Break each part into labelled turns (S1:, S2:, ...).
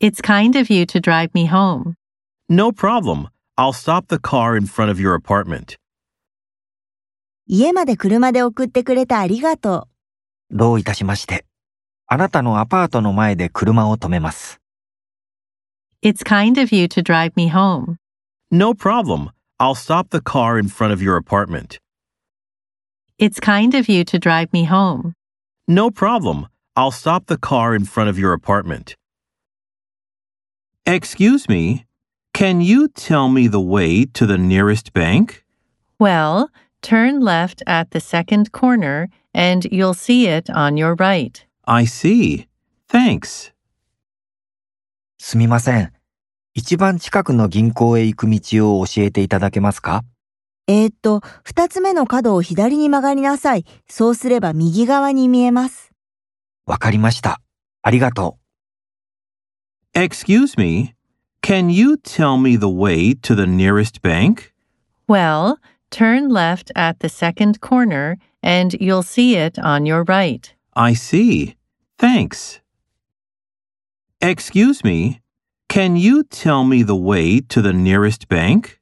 S1: It's kind of you to drive me home.
S2: No problem. I'll stop the car in front of your apartment.
S3: 家まで車で送ってくれたありがとう。
S4: どういたしまして。あなたのアパートの前で車を止めます。
S1: It's kind of you to drive me home.
S2: No problem. I'll stop the car in front of your apartment.
S1: It's kind of you to drive me home.
S2: No problem. I'll stop the car in front of your apartment. Excuse me. Can you tell me the way to the nearest bank?
S1: Well, turn left at the second corner and you'll see it on your right.
S2: I see. Thanks.
S4: すみません。一番近くの銀行へ行く道を教えていただけますか
S3: えーっと、二つ目の角を左に曲がりなさい。そうすれば右側に見えます。
S4: わかりました。ありがとう。
S2: Excuse me. Can you tell me the way to the nearest bank?
S1: Well, turn left at the second corner and you'll see it on your right.
S2: I see. Thanks. Excuse me. Can you tell me the way to the nearest bank?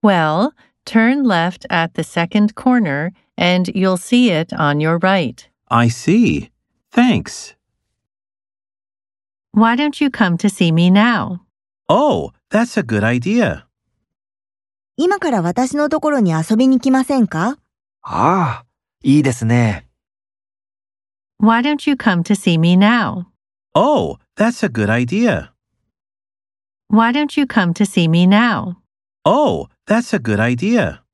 S1: Well, turn left at the second corner and you'll see it on your right.
S2: I see. Thanks.
S1: Why don't you come to see me now?
S2: Oh, that's a good idea.
S3: 今から私のところに遊びに来ませんか
S4: ああ、いいですね。
S1: Why don't you come to see me now?
S2: Oh, that's a good idea.
S1: Why don't you come to see me now?
S2: Oh, that's a good idea.